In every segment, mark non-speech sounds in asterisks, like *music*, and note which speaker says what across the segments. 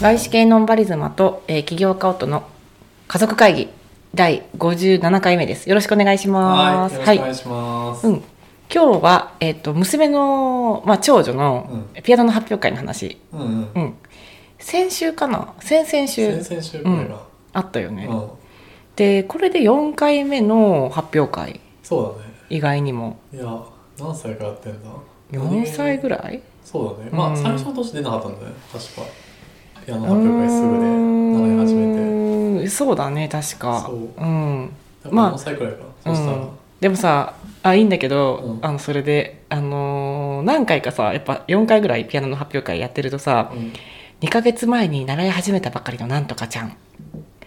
Speaker 1: 外資系ノンバリズマと、えー、起業家夫の家族会議第57回目です。よろしくお願いしま
Speaker 2: は
Speaker 1: す。
Speaker 2: い、よろしくお願いします。
Speaker 1: うん、今日は、えっと娘の、まあ、長女の
Speaker 2: う
Speaker 1: ピアノの発表会の話、
Speaker 2: うん、うん、
Speaker 1: うん先週かな先々週
Speaker 2: 先々週くらいか
Speaker 1: あったよね、
Speaker 2: な。うん、
Speaker 1: でこれで4回目の発表会
Speaker 2: そうだね。
Speaker 1: 以外にも
Speaker 2: いや、何歳からやってんだ。
Speaker 1: 4歳ぐ
Speaker 2: い。
Speaker 1: らい
Speaker 2: そうだね。
Speaker 1: う
Speaker 2: ま
Speaker 1: ん
Speaker 2: あ、最初の年出なかったんだよね。確か。ピアノ
Speaker 1: う
Speaker 2: 発表会すぐで習い始めて。
Speaker 1: ーんそうだね確か
Speaker 2: そう
Speaker 1: うん
Speaker 2: 多分
Speaker 1: まあ
Speaker 2: 4歳くらいかな。
Speaker 1: う
Speaker 2: そしたら。
Speaker 1: んでもさあいいんだけど、
Speaker 2: うん
Speaker 1: あのそれで、あのー何回かさやっぱ4回ぐらいピアノの発表会やってるとさ、
Speaker 2: うん
Speaker 1: 2ヶ月前に習い始めたばかりのなんとかちゃん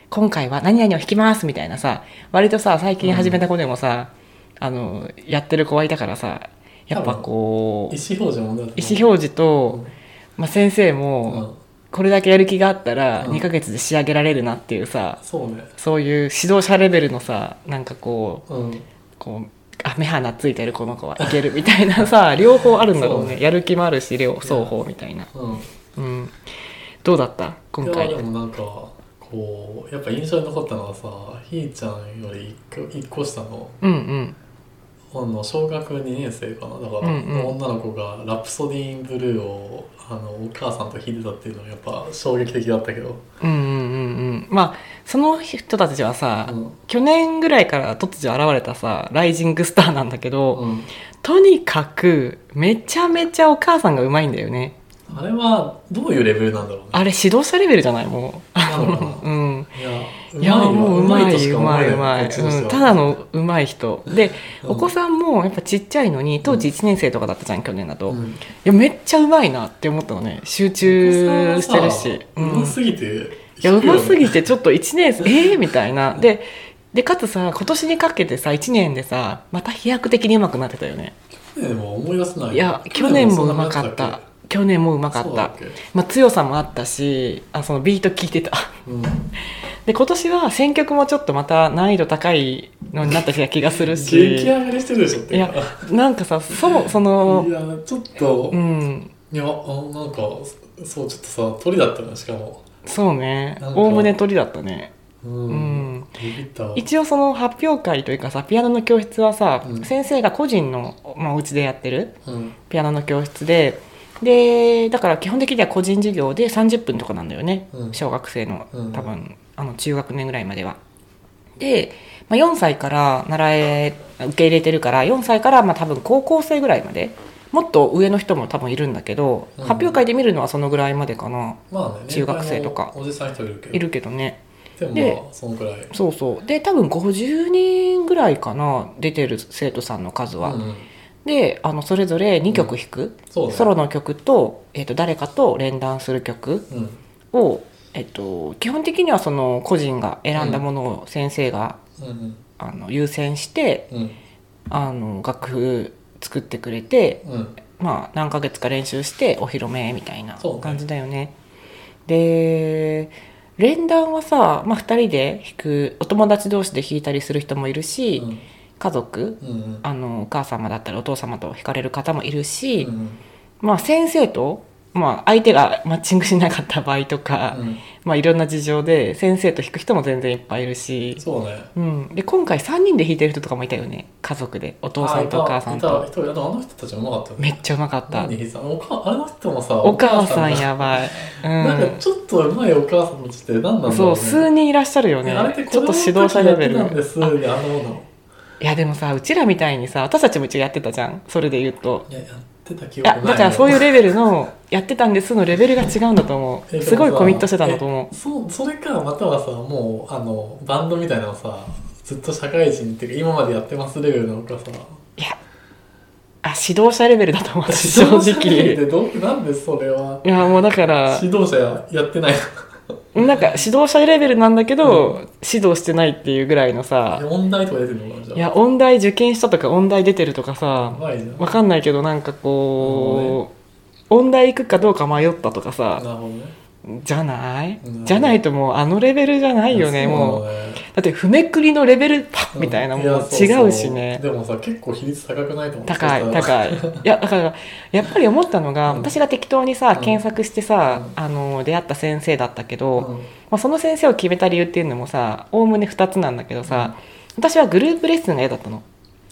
Speaker 1: 今回は何々を弾きますみたいなさ割とさ最近始めた子でもさ、あのやってる子はいたからさやっぱこう
Speaker 2: 意思表示もだって。
Speaker 1: 意思表示と、まあ、先生
Speaker 2: うん
Speaker 1: もこれだけやる気があったら
Speaker 2: うん
Speaker 1: 2ヶ月で仕上げられるなっていうさ
Speaker 2: そうね。
Speaker 1: そういう指導者レベルのさなんかこう
Speaker 2: うん。
Speaker 1: こうあ目鼻ついてるこの子はいけるみたいな *laughs* さ両方あるんだろう
Speaker 2: そう
Speaker 1: ね
Speaker 2: ね
Speaker 1: やる気もあるし両双方みたいな、
Speaker 2: うん。
Speaker 1: うん、どうだった今
Speaker 2: い
Speaker 1: 回
Speaker 2: やでもなんかこうやっぱ印象に残ったのはさひーちゃんより1個一個下の
Speaker 1: うんうん
Speaker 2: あの小学2年生かなだから、
Speaker 1: うんうん
Speaker 2: 女の子が「ラプソディー・イン・ブルーを」あのお母さんと弾いてたっていうのはやっぱ衝撃的だったけど、
Speaker 1: うんうんうんうんまあその人たちはさ、
Speaker 2: うん
Speaker 1: 去年ぐらいから突如現れたさライジングスターなんだけど、
Speaker 2: うん
Speaker 1: とにかくめちゃめちゃお母さんがうまいんだよね
Speaker 2: あれはどういうレベルなんだろうね
Speaker 1: あれ指導者レベルじゃないも
Speaker 2: なのか
Speaker 1: *laughs* う、うん、
Speaker 2: ない
Speaker 1: いや
Speaker 2: やうまい
Speaker 1: も
Speaker 2: よ
Speaker 1: ううま
Speaker 2: と
Speaker 1: い
Speaker 2: し
Speaker 1: う
Speaker 2: か
Speaker 1: ま
Speaker 2: 思
Speaker 1: い
Speaker 2: えないう
Speaker 1: まい、
Speaker 2: こっちとしては
Speaker 1: うん、ただのうまい人で、
Speaker 2: うん
Speaker 1: お子さんもやっぱちっちゃいのに当時1年生とかだったじゃん去年だと、
Speaker 2: う
Speaker 1: い
Speaker 2: ん
Speaker 1: やめっちゃうまいなって思ったのね集中してるし
Speaker 2: お子さんはさうますぎて、
Speaker 1: いやうますぎ
Speaker 2: て
Speaker 1: てちょっと1年生
Speaker 2: *laughs*
Speaker 1: ええみたいなででかつさ今年にかけてさ1年でさまた飛躍的にうまくなってたよね
Speaker 2: 去年も思い出せない
Speaker 1: いや去年も
Speaker 2: そうな
Speaker 1: ま
Speaker 2: 感じ
Speaker 1: か
Speaker 2: だ
Speaker 1: っ
Speaker 2: け
Speaker 1: た去年もうまか
Speaker 2: そ
Speaker 1: っ
Speaker 2: うだ
Speaker 1: た
Speaker 2: っけ
Speaker 1: まあ、強さもあったしあそのビート聴いてた
Speaker 2: うん
Speaker 1: で今年は選曲もちょっとまた難易度高いのになった気がする
Speaker 2: 激
Speaker 1: し
Speaker 2: 上がりしてるでしょって
Speaker 1: いやなんかさそもその
Speaker 2: いやちょっと、
Speaker 1: う
Speaker 2: い
Speaker 1: ん
Speaker 2: やあなんかそうちょっとさ鳥だったなしかも
Speaker 1: そうね
Speaker 2: なんか
Speaker 1: おおむね鳥だったね
Speaker 2: うん、
Speaker 1: うん
Speaker 2: ビビったわ
Speaker 1: 一応その発表会というかさピアノの教室はさ、
Speaker 2: うん
Speaker 1: 先生が個人の、まあ、お家でやってる
Speaker 2: うん
Speaker 1: ピアノの教室ででだから基本的には個人授業で30分とかなんだよね、
Speaker 2: うん
Speaker 1: 小学生の
Speaker 2: うん
Speaker 1: 多分、あの中学年ぐらいまでは。で、まあ、4歳から習え受け入れてるから4歳からまあ多分高校生ぐらいまでもっと上の人も多分いるんだけど、
Speaker 2: うん
Speaker 1: 発表会で見るのはそのぐらいまでかな
Speaker 2: まあね
Speaker 1: 中学生とか
Speaker 2: 年配のおじさん一人いるけど
Speaker 1: いるけどね
Speaker 2: でも
Speaker 1: で
Speaker 2: まあそのくらい
Speaker 1: そうそうで多分50人ぐらいかな出てる生徒さんの数は。
Speaker 2: うんうん
Speaker 1: であのそれぞれ2曲弾く、
Speaker 2: そうね
Speaker 1: ソロの曲と,、えっと誰かと連弾する曲
Speaker 2: うん
Speaker 1: を、えっと基本的にはその個人が選んだものを先生が、
Speaker 2: うん
Speaker 1: あの優先して
Speaker 2: うん
Speaker 1: あの楽譜作ってくれて、
Speaker 2: うん
Speaker 1: まあ、何ヶ月か練習してお披露目みたいな
Speaker 2: そうね
Speaker 1: 感じだよね。で連弾はさ、まあ、2人で弾くお友達同士で弾いたりする人もいるし、
Speaker 2: うん
Speaker 1: 家族
Speaker 2: うんうん
Speaker 1: あのお母様だったりお父様と弾かれる方もいる
Speaker 2: う
Speaker 1: し。
Speaker 2: んうん
Speaker 1: まあ、先生と、まあ、相手がマッチングしなかった場合とか、まあ、いろんな事情で先生と弾く人も全然いっぱいいるし、
Speaker 2: そうね
Speaker 1: うん、で今回3人で弾いてる人とかもいたよね家族でお父さんとお母さん
Speaker 2: あいたい
Speaker 1: と
Speaker 2: た一人あとあの人たちもうまかった
Speaker 1: め
Speaker 2: ね
Speaker 1: っちゃうまかった
Speaker 2: 何ひーさんおかあれの人もさ
Speaker 1: お母さ
Speaker 2: お
Speaker 1: ん
Speaker 2: が
Speaker 1: やばい、
Speaker 2: なんかちょっとうまいお母さんたちって何なんだ
Speaker 1: うん、
Speaker 2: ろうね
Speaker 1: そう数人いらっしゃるよね
Speaker 2: あれって子
Speaker 1: ちょっと
Speaker 2: 供の
Speaker 1: 指導者
Speaker 2: 時
Speaker 1: レ
Speaker 2: やっ
Speaker 1: ベ
Speaker 2: て
Speaker 1: ル
Speaker 2: たんですあであのの
Speaker 1: いやでもさうちらみたいにさ私たちも一応やってたじゃんそれで言うと
Speaker 2: いややってた記
Speaker 1: い
Speaker 2: 憶な
Speaker 1: や
Speaker 2: い
Speaker 1: だからそういう
Speaker 2: レ
Speaker 1: レベルのやってたんですのレベルが違うんだと思うすごいコミットしてたんだと思う
Speaker 2: そうそれかまたはさもうあのバンドみたいなのさずっと社会人っていうか今までやってますレベルなのかさ
Speaker 1: いやあ指導者レベルだと
Speaker 2: *laughs*
Speaker 1: 思う正直
Speaker 2: でどなんでそれはい
Speaker 1: やもうだから
Speaker 2: 指導者ややってない
Speaker 1: なんか指導者レベルなんだけど、指導してないっていうぐらいのさ
Speaker 2: の問題とか出てるのかなじゃあ
Speaker 1: いや音大受験したとか音大出てるとか
Speaker 2: や
Speaker 1: さ
Speaker 2: ばいじゃん
Speaker 1: わかんないけどなんかこう、音大行くかどうか迷ったとか
Speaker 2: な
Speaker 1: さ
Speaker 2: るほどね
Speaker 1: じゃない、
Speaker 2: うん
Speaker 1: じゃないともうあのレベルじゃないよね、もう。
Speaker 2: うね
Speaker 1: だって、踏めくりのレベルパッみたいな、も
Speaker 2: や
Speaker 1: う
Speaker 2: そ
Speaker 1: 違
Speaker 2: そう
Speaker 1: しね。
Speaker 2: でもさ結構比率高くないと思う
Speaker 1: 高い、
Speaker 2: い
Speaker 1: 高い。いや、だから、やっぱり思ったのが、
Speaker 2: うん
Speaker 1: 私が適当にさ、
Speaker 2: うん
Speaker 1: 検索してさ、
Speaker 2: う
Speaker 1: あの、出会った先生だったけど、
Speaker 2: うん
Speaker 1: まあ、その先生を決めた理由っていうのもさおおむね2つなんだけどさ、私はグループレッスンが嫌だったの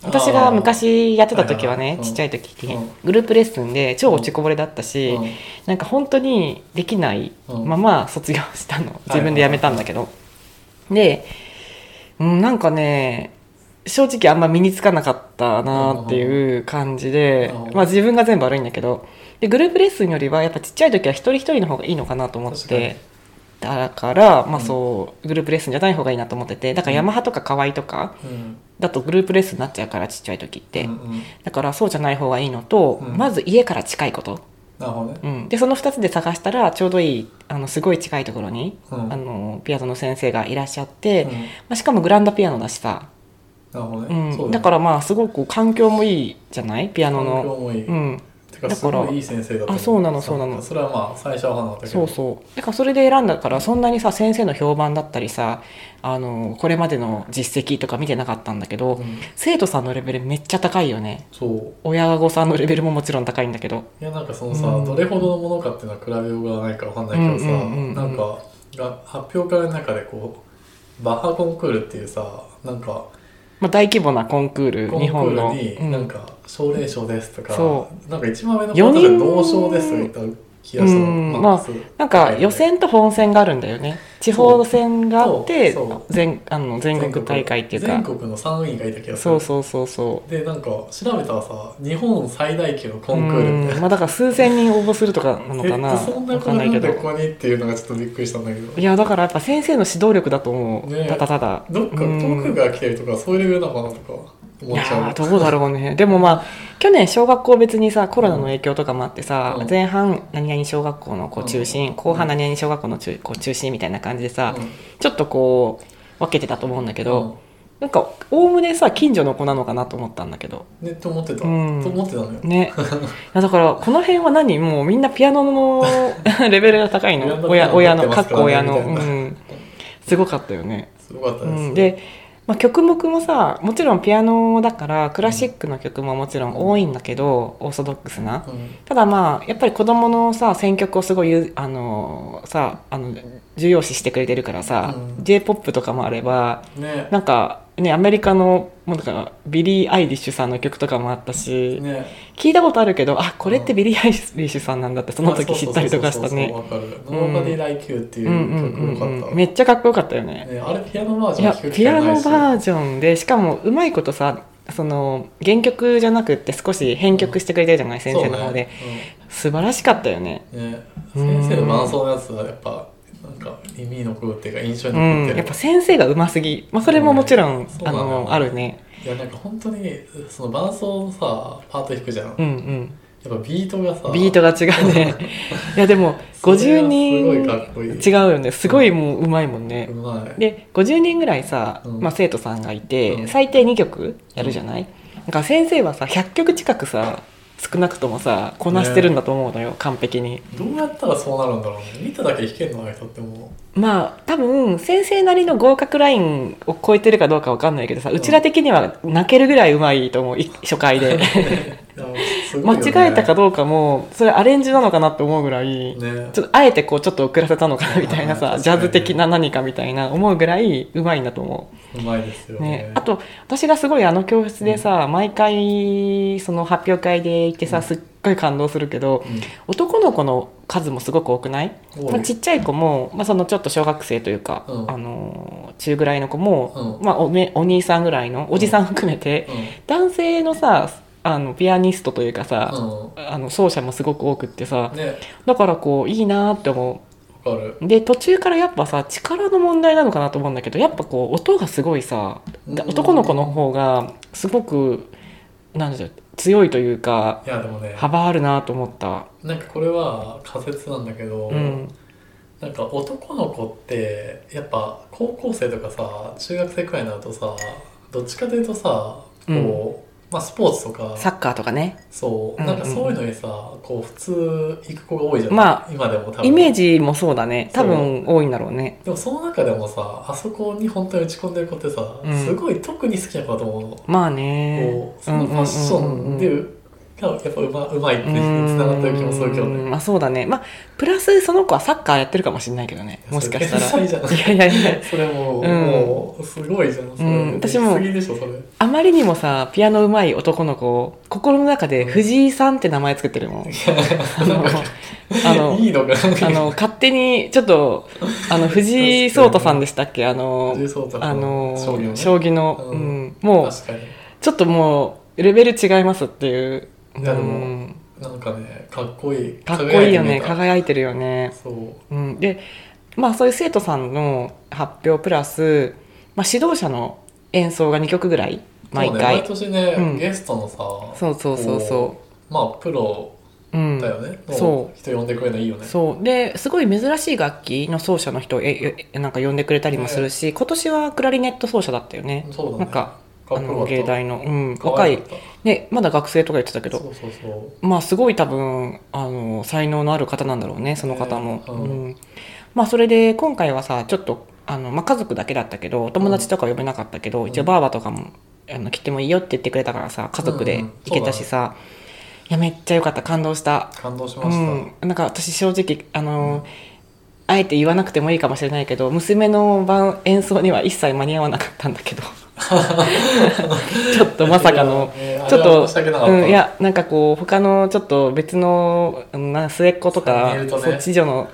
Speaker 2: あー
Speaker 1: 私が昔やってた時は
Speaker 2: はい
Speaker 1: ね
Speaker 2: はいはい
Speaker 1: ちっちゃい時に、
Speaker 2: うん
Speaker 1: グループレッスンで超落ちこぼれだったし、
Speaker 2: うん
Speaker 1: なんか本当にできない
Speaker 2: うん
Speaker 1: まま卒業したの自分で辞めたんだけど、で、うん、なんかね正直あんま身につかなかったなっていう感じで
Speaker 2: うん、
Speaker 1: まあ、自分が全部悪いんだけどでグループレッスンよりはやっぱちっちゃい時は一人一人の方がいいのかなと思っ
Speaker 2: 確かに
Speaker 1: てだから、まあ、
Speaker 2: うん
Speaker 1: そうグループレッスンじゃない方がいいなと思っててだからヤマハとかカワイとか
Speaker 2: うん
Speaker 1: だとグループレッスンになっちゃうからちっちゃい時って、
Speaker 2: うんうん
Speaker 1: だからそうじゃない方がいいのと、
Speaker 2: うん
Speaker 1: まず家から近いこと。
Speaker 2: なるほどね
Speaker 1: うん、でその2つで探したらちょうどいいあのすごい近いところに、
Speaker 2: うん
Speaker 1: あのピアノの先生がいらっしゃっ
Speaker 2: う
Speaker 1: て、
Speaker 2: ん
Speaker 1: まあ、しかもグランドピアノだしさ、
Speaker 2: なるほど
Speaker 1: う
Speaker 2: ね
Speaker 1: ん
Speaker 2: そう
Speaker 1: だからまあすごく環境もいいじゃないピア
Speaker 2: あ
Speaker 1: ノの。
Speaker 2: のいい
Speaker 1: うん、
Speaker 2: てか
Speaker 1: だ
Speaker 2: す
Speaker 1: から
Speaker 2: ごいいい先生だった
Speaker 1: あそうなのそうなの
Speaker 2: それはまあ最初は分かんなかったけ
Speaker 1: そ
Speaker 2: ど
Speaker 1: うそうだからそれで選んだからそんなにさ先生の評判だったりさあのこれまでの実績とか見てなかったんだけど、
Speaker 2: うん
Speaker 1: 生徒さんのレベルめっちゃ高いよね
Speaker 2: そう
Speaker 1: 親御さんのレベルももちろん高いんだけど
Speaker 2: いやなんかそのさ、
Speaker 1: うん
Speaker 2: どれほどのものかっていうのは比べようがないからわかんないけどさ、
Speaker 1: うんうんうんうん
Speaker 2: なんかが発表会の中でこうバッハコンクールっていうさなんか
Speaker 1: まあ、大規模なコンクール
Speaker 2: コン
Speaker 1: 日
Speaker 2: ク
Speaker 1: 本の
Speaker 2: ー
Speaker 1: う
Speaker 2: ルに
Speaker 1: ん
Speaker 2: なんか奨励賞ですとか、
Speaker 1: そ
Speaker 2: なんか一番上の
Speaker 1: 四
Speaker 2: 方
Speaker 1: 人
Speaker 2: で同賞ですとか言った気がしたの
Speaker 1: うん
Speaker 2: なんかすごい
Speaker 1: なんか予選と本戦があるんだよね地方戦があって
Speaker 2: そうそ
Speaker 1: 全あの全国大会っていう
Speaker 2: 全
Speaker 1: か
Speaker 2: 国の3位がいた気がす
Speaker 1: そう
Speaker 2: る
Speaker 1: そうそうそう
Speaker 2: でなんか調べたらさ日本最大級のコ
Speaker 1: う
Speaker 2: ンクールみたい
Speaker 1: ん
Speaker 2: な
Speaker 1: まあだから数千人応募するとかなのかな
Speaker 2: えそんな
Speaker 1: わ
Speaker 2: こ
Speaker 1: か
Speaker 2: と
Speaker 1: んな
Speaker 2: ないん
Speaker 1: け
Speaker 2: で
Speaker 1: ど
Speaker 2: ここにっていうのがちょっとびっくりしたんだけど
Speaker 1: いやだからやっぱ先生の指導力だと思う、
Speaker 2: ねえ
Speaker 1: ただただ
Speaker 2: どっか
Speaker 1: うん
Speaker 2: 遠くが来てるとかそういうレベルなのかなとか思
Speaker 1: い
Speaker 2: っ
Speaker 1: や
Speaker 2: ちゃ
Speaker 1: ー
Speaker 2: う。
Speaker 1: どうだろうねでもまあ去年小学校別にさコロナの影響とかもあってさ、
Speaker 2: うん
Speaker 1: 前半何々小学校のこう中心、
Speaker 2: うん
Speaker 1: 後半何々小学校の中こう中心みたいな感じでさ、
Speaker 2: うん
Speaker 1: ちょっとこう分けてたと思うんだけど、
Speaker 2: うん
Speaker 1: なんか、おおむねさ、近所の子なのかなと思ったんだけど。
Speaker 2: ねって思ってた、
Speaker 1: うん
Speaker 2: と思ってたのよ。
Speaker 1: ね。
Speaker 2: *laughs*
Speaker 1: いやだから、この辺は何もうみんなピアノの *laughs* レベルが高い
Speaker 2: ピア
Speaker 1: の。
Speaker 2: ノ
Speaker 1: 親、親の、
Speaker 2: 持
Speaker 1: か
Speaker 2: っ
Speaker 1: って
Speaker 2: ますから
Speaker 1: こ
Speaker 2: ね
Speaker 1: 親の。
Speaker 2: み
Speaker 1: う。
Speaker 2: たいなん
Speaker 1: すごかったよね。
Speaker 2: すごかった
Speaker 1: う
Speaker 2: です。
Speaker 1: ん、で、まあ、曲目もさ、もちろんピアノだから、クラシックの曲ももちろん多いんだけど、オーソドックスな
Speaker 2: う。ん
Speaker 1: ただまあ、やっぱり子供のさ、選曲をすごいゆ、あのさ、あの、重要視してくれてるからさ、
Speaker 2: うん
Speaker 1: J-POP とかもあれば、
Speaker 2: ね
Speaker 1: なんかねアメリカのもうなんかビリー・アイリッシュさんの曲とかもあったし、
Speaker 2: ね
Speaker 1: 聞いたことあるけどあこれってビリー・アイリッシュさんなんだってその時知ったりとかした
Speaker 2: あ
Speaker 1: ね
Speaker 2: そうそうそうそうわかる。ノーバディライキューって
Speaker 1: う
Speaker 2: い
Speaker 1: んう
Speaker 2: うん曲よ
Speaker 1: うん
Speaker 2: か
Speaker 1: う
Speaker 2: った。
Speaker 1: んめっちゃかっこよかったよね
Speaker 2: ねあれピアノバージ
Speaker 1: い
Speaker 2: ョン
Speaker 1: や
Speaker 2: 聞く
Speaker 1: ピアノバー
Speaker 2: ジ
Speaker 1: ジョンでしかもうまいことさその原曲じゃなくって少し編曲してくれてるじゃない、先生の方で、。素晴らしかったよね
Speaker 2: そうねうんね
Speaker 1: うん
Speaker 2: 先生の伴奏のやつはやっぱなんか耳に残るっていうか印象
Speaker 1: う
Speaker 2: に残っ
Speaker 1: ん
Speaker 2: てる。
Speaker 1: やっぱ先生がうますぎ、まあ、それももちろん、
Speaker 2: うんそう
Speaker 1: あ
Speaker 2: なのよ
Speaker 1: のあるね
Speaker 2: いやなんか本当にその伴奏のさパート弾くじゃん。
Speaker 1: う
Speaker 2: やっ
Speaker 1: んうん
Speaker 2: ぱビートがさ
Speaker 1: ビートが違う
Speaker 2: *laughs*
Speaker 1: ねいやでも50人
Speaker 2: それがすごいかっこいい
Speaker 1: 違うよねすごいもううまいもんね
Speaker 2: う、まい。
Speaker 1: で50人ぐらいさ、
Speaker 2: うん
Speaker 1: まあ、生徒さんがいて、
Speaker 2: うん
Speaker 1: 最低2曲やるじゃない、なんか先生はさ100曲近くさ少なくともさこなしてるんだと思うのよ、完璧に
Speaker 2: どうやったらそうなるんだろうね見ただけ弾けるのあれ人っても
Speaker 1: まあ多分先生なりの合格ラインを超えてるかどうかわかんないけどさ、うちら的には泣けるぐらいうまいと思うい初回
Speaker 2: *laughs*
Speaker 1: で
Speaker 2: ういやすご
Speaker 1: 間
Speaker 2: いよね
Speaker 1: 違えたかどうかもそれアレンジなのかなって思うぐらい、
Speaker 2: ね
Speaker 1: ちょっとあえてこうちょっと遅らせたのかなみたいな
Speaker 2: はい
Speaker 1: さ
Speaker 2: はい
Speaker 1: ジャズ的な何かみたいな思うぐらいうまいんだと思
Speaker 2: うまいですよ
Speaker 1: う、ね
Speaker 2: ね、
Speaker 1: あと私がすごいあの教室でさ、毎回その発表会で行ってさすっごい感動するけど、
Speaker 2: うん
Speaker 1: 男の子の数もすごく多くない、
Speaker 2: 多い
Speaker 1: まあちっちゃい子も、まあ、そのちょっと小学生というか、
Speaker 2: うん
Speaker 1: あのー中ぐらいの子も、
Speaker 2: うん
Speaker 1: まあ、おめお兄さんぐらいのおじさん含めて、男性のさあのピアニストというかさ、
Speaker 2: う
Speaker 1: あの奏者もすごく多くってさ
Speaker 2: ん、ね
Speaker 1: だからこういいなーって思う
Speaker 2: わかる
Speaker 1: で途中からやっぱさ力の問題なのかなと思うんだけどやっぱこう音がすごいさ
Speaker 2: うん
Speaker 1: 男の子の方がすごくなんでしょう強いというか
Speaker 2: いやでもね
Speaker 1: 幅あるなと思った、
Speaker 2: なんかこれは仮説なんだけど、
Speaker 1: うん、
Speaker 2: なんか男の子ってやっぱ高校生とかさ中学生くらいになるとさどっちかというとさこう、まあ、スポーツとか
Speaker 1: サッカーとかね
Speaker 2: そう
Speaker 1: うんうん
Speaker 2: な
Speaker 1: うん
Speaker 2: んかそういうのにさ、こう普通行く子が多いじゃん、
Speaker 1: ま
Speaker 2: 今でも多分
Speaker 1: イメージもそうだね多分多いんだろうね
Speaker 2: でもその中でもさあそこに本当に打ち込んでる子ってさ、
Speaker 1: うん
Speaker 2: すごい特に好きな子だと思うの、
Speaker 1: まあね
Speaker 2: こうそのファッションで、
Speaker 1: うんうんうんうん
Speaker 2: がやっぱうまうまいってつながってる気もするけど
Speaker 1: う
Speaker 2: ね
Speaker 1: んまあそうだねまあプラスその子はサッカーやってるかもしれないけどねもしかした
Speaker 2: *laughs* そ
Speaker 1: らい
Speaker 2: れ天才じゃん
Speaker 1: やいやいや
Speaker 2: それもう、
Speaker 1: うん
Speaker 2: もうすごいじゃんそれ、
Speaker 1: うん私も
Speaker 2: 行き過ぎでしょそれ
Speaker 1: あまりにもさピアノうまい男の子を心の中で藤井さんって名前作ってるもんあのあの
Speaker 2: *laughs* いいのかな
Speaker 1: あの勝手にちょっとあの藤井聡太さんでしたっけあの
Speaker 2: 藤井聡太さん
Speaker 1: あの
Speaker 2: 将棋のね
Speaker 1: 将棋の、
Speaker 2: う
Speaker 1: うんん、もう
Speaker 2: 確かに
Speaker 1: ちょっともうレベル違いますっていう、う
Speaker 2: いやでも
Speaker 1: ん、
Speaker 2: なんかねかっこいい
Speaker 1: かっこいいよね
Speaker 2: 輝
Speaker 1: 輝いてるよね
Speaker 2: てるそう
Speaker 1: うん、でまあそういう生徒さんの発表プラス、まあ、指導者の演奏が2曲ぐらい毎
Speaker 2: そうね毎
Speaker 1: 回
Speaker 2: 年ね、
Speaker 1: うん
Speaker 2: ゲストのさ
Speaker 1: そうそうそうそ
Speaker 2: まあプロ
Speaker 1: う、うん、
Speaker 2: だよね、
Speaker 1: うん
Speaker 2: の
Speaker 1: そう
Speaker 2: 人呼んでくれるのいいよね
Speaker 1: そうですごい珍しい楽器の奏者の人をええなんか呼んでくれたりもするし、今年はクラリネット奏者だったよね
Speaker 2: そうだね
Speaker 1: なんかあ
Speaker 2: かっこよ
Speaker 1: の
Speaker 2: かった
Speaker 1: 芸大の、うん、
Speaker 2: 可
Speaker 1: 若
Speaker 2: 愛か
Speaker 1: い
Speaker 2: った
Speaker 1: ねまだ学生とか言ってたけど
Speaker 2: そうそうそう
Speaker 1: まあすごい多分あの才能のある方なんだろうねその方も、
Speaker 2: ええう
Speaker 1: うんんまあそれで今回はさちょっとあの、まあ、家族だけだったけどお友達とか呼べなかったけど、
Speaker 2: ん
Speaker 1: 一応ばあばとかもあの来てもいいよって言ってくれたからさ家族で行けたしさ、いやめっちゃよかった感動した
Speaker 2: 感動しま
Speaker 1: う
Speaker 2: した、
Speaker 1: ん、なんか私正直あの、あえて言わなくてもいいかもしれないけど娘の晩演奏には一切間に合わなかったんだけど
Speaker 2: *laughs*
Speaker 1: ちょっとまさかの
Speaker 2: いやいや
Speaker 1: ちょっ
Speaker 2: あれは
Speaker 1: と
Speaker 2: 申し訳なかった
Speaker 1: うん、いやなんかこう他のちょっと別のな末っ子とか
Speaker 2: そう見るとね
Speaker 1: そっち女の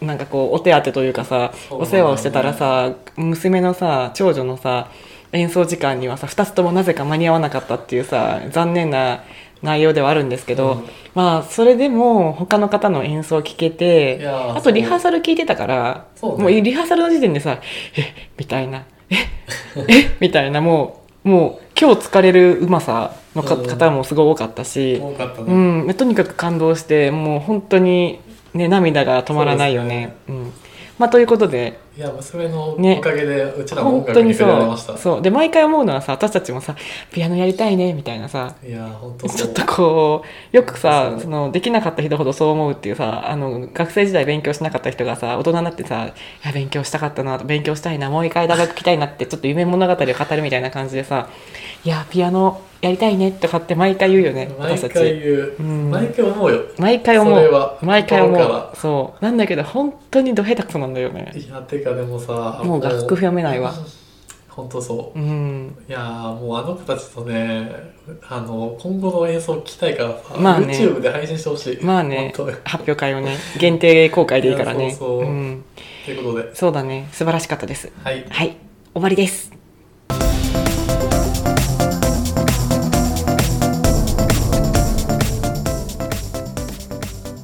Speaker 1: おなんかこうお手当てというかさ、
Speaker 2: そう
Speaker 1: お世話をしてたらさ娘のさ長女のさ演奏時間にはさ2つともなぜか間に合わなかったっていうさ残念な内容ではあるんですけど、
Speaker 2: うん
Speaker 1: まあそれでも他の方の演奏を聴け
Speaker 2: い
Speaker 1: て
Speaker 2: やー
Speaker 1: あとリハーサル聞いてたから
Speaker 2: そうね
Speaker 1: もうリハーサルの時点でさ「えみたいな「ええみたいなもうもう今日疲れるうまさのか
Speaker 2: うん
Speaker 1: 方もすごい多かったし、
Speaker 2: 多かった
Speaker 1: う
Speaker 2: ね、
Speaker 1: ん、とにかく感動してもう本当に、ね、涙が止まらないよね。うんまあ、ということで
Speaker 2: いや娘の
Speaker 1: ね
Speaker 2: おかげでうちらも
Speaker 1: 本
Speaker 2: 音
Speaker 1: 当
Speaker 2: 楽に
Speaker 1: にそ
Speaker 2: 触れられま
Speaker 1: う
Speaker 2: した、
Speaker 1: そうで毎回思うのはさ私たちもさピアノやりたいねみたいなさ
Speaker 2: いや本当
Speaker 1: ち
Speaker 2: そ
Speaker 1: ょっ
Speaker 2: う
Speaker 1: とこうよく
Speaker 2: そ
Speaker 1: さ
Speaker 2: う
Speaker 1: そのできなかった人ほどそう思うっていうさあの学生時代勉強しなかった人がさ大人になってさ「いや勉強したかったな勉強したいなもう一回大学来たいな」ってちょっと夢物語を語るみたいな感じでさ「いやピアノやりたいね」とかって毎回言うよね
Speaker 2: 毎
Speaker 1: 私た
Speaker 2: 回
Speaker 1: ち。
Speaker 2: 言う、
Speaker 1: うん
Speaker 2: 毎回思うよ
Speaker 1: 毎回思
Speaker 2: それは
Speaker 1: う毎回思
Speaker 2: 心か
Speaker 1: うそうなんだけど本当にど下手くそなんだよね
Speaker 2: いやてかでもさ
Speaker 1: もう楽譜読めないわ
Speaker 2: 本当そう
Speaker 1: うん
Speaker 2: いやーもうあの子たちとねあの今後の演奏を聞きたいからさ、
Speaker 1: まあね
Speaker 2: YouTube で配信してほしい
Speaker 1: まあね
Speaker 2: 本当に
Speaker 1: 発表会をね限定公開でいいから
Speaker 2: いや
Speaker 1: ね
Speaker 2: そうそう
Speaker 1: うん
Speaker 2: ということで
Speaker 1: そうだね素晴らしかったです
Speaker 2: はい
Speaker 1: はい終わりです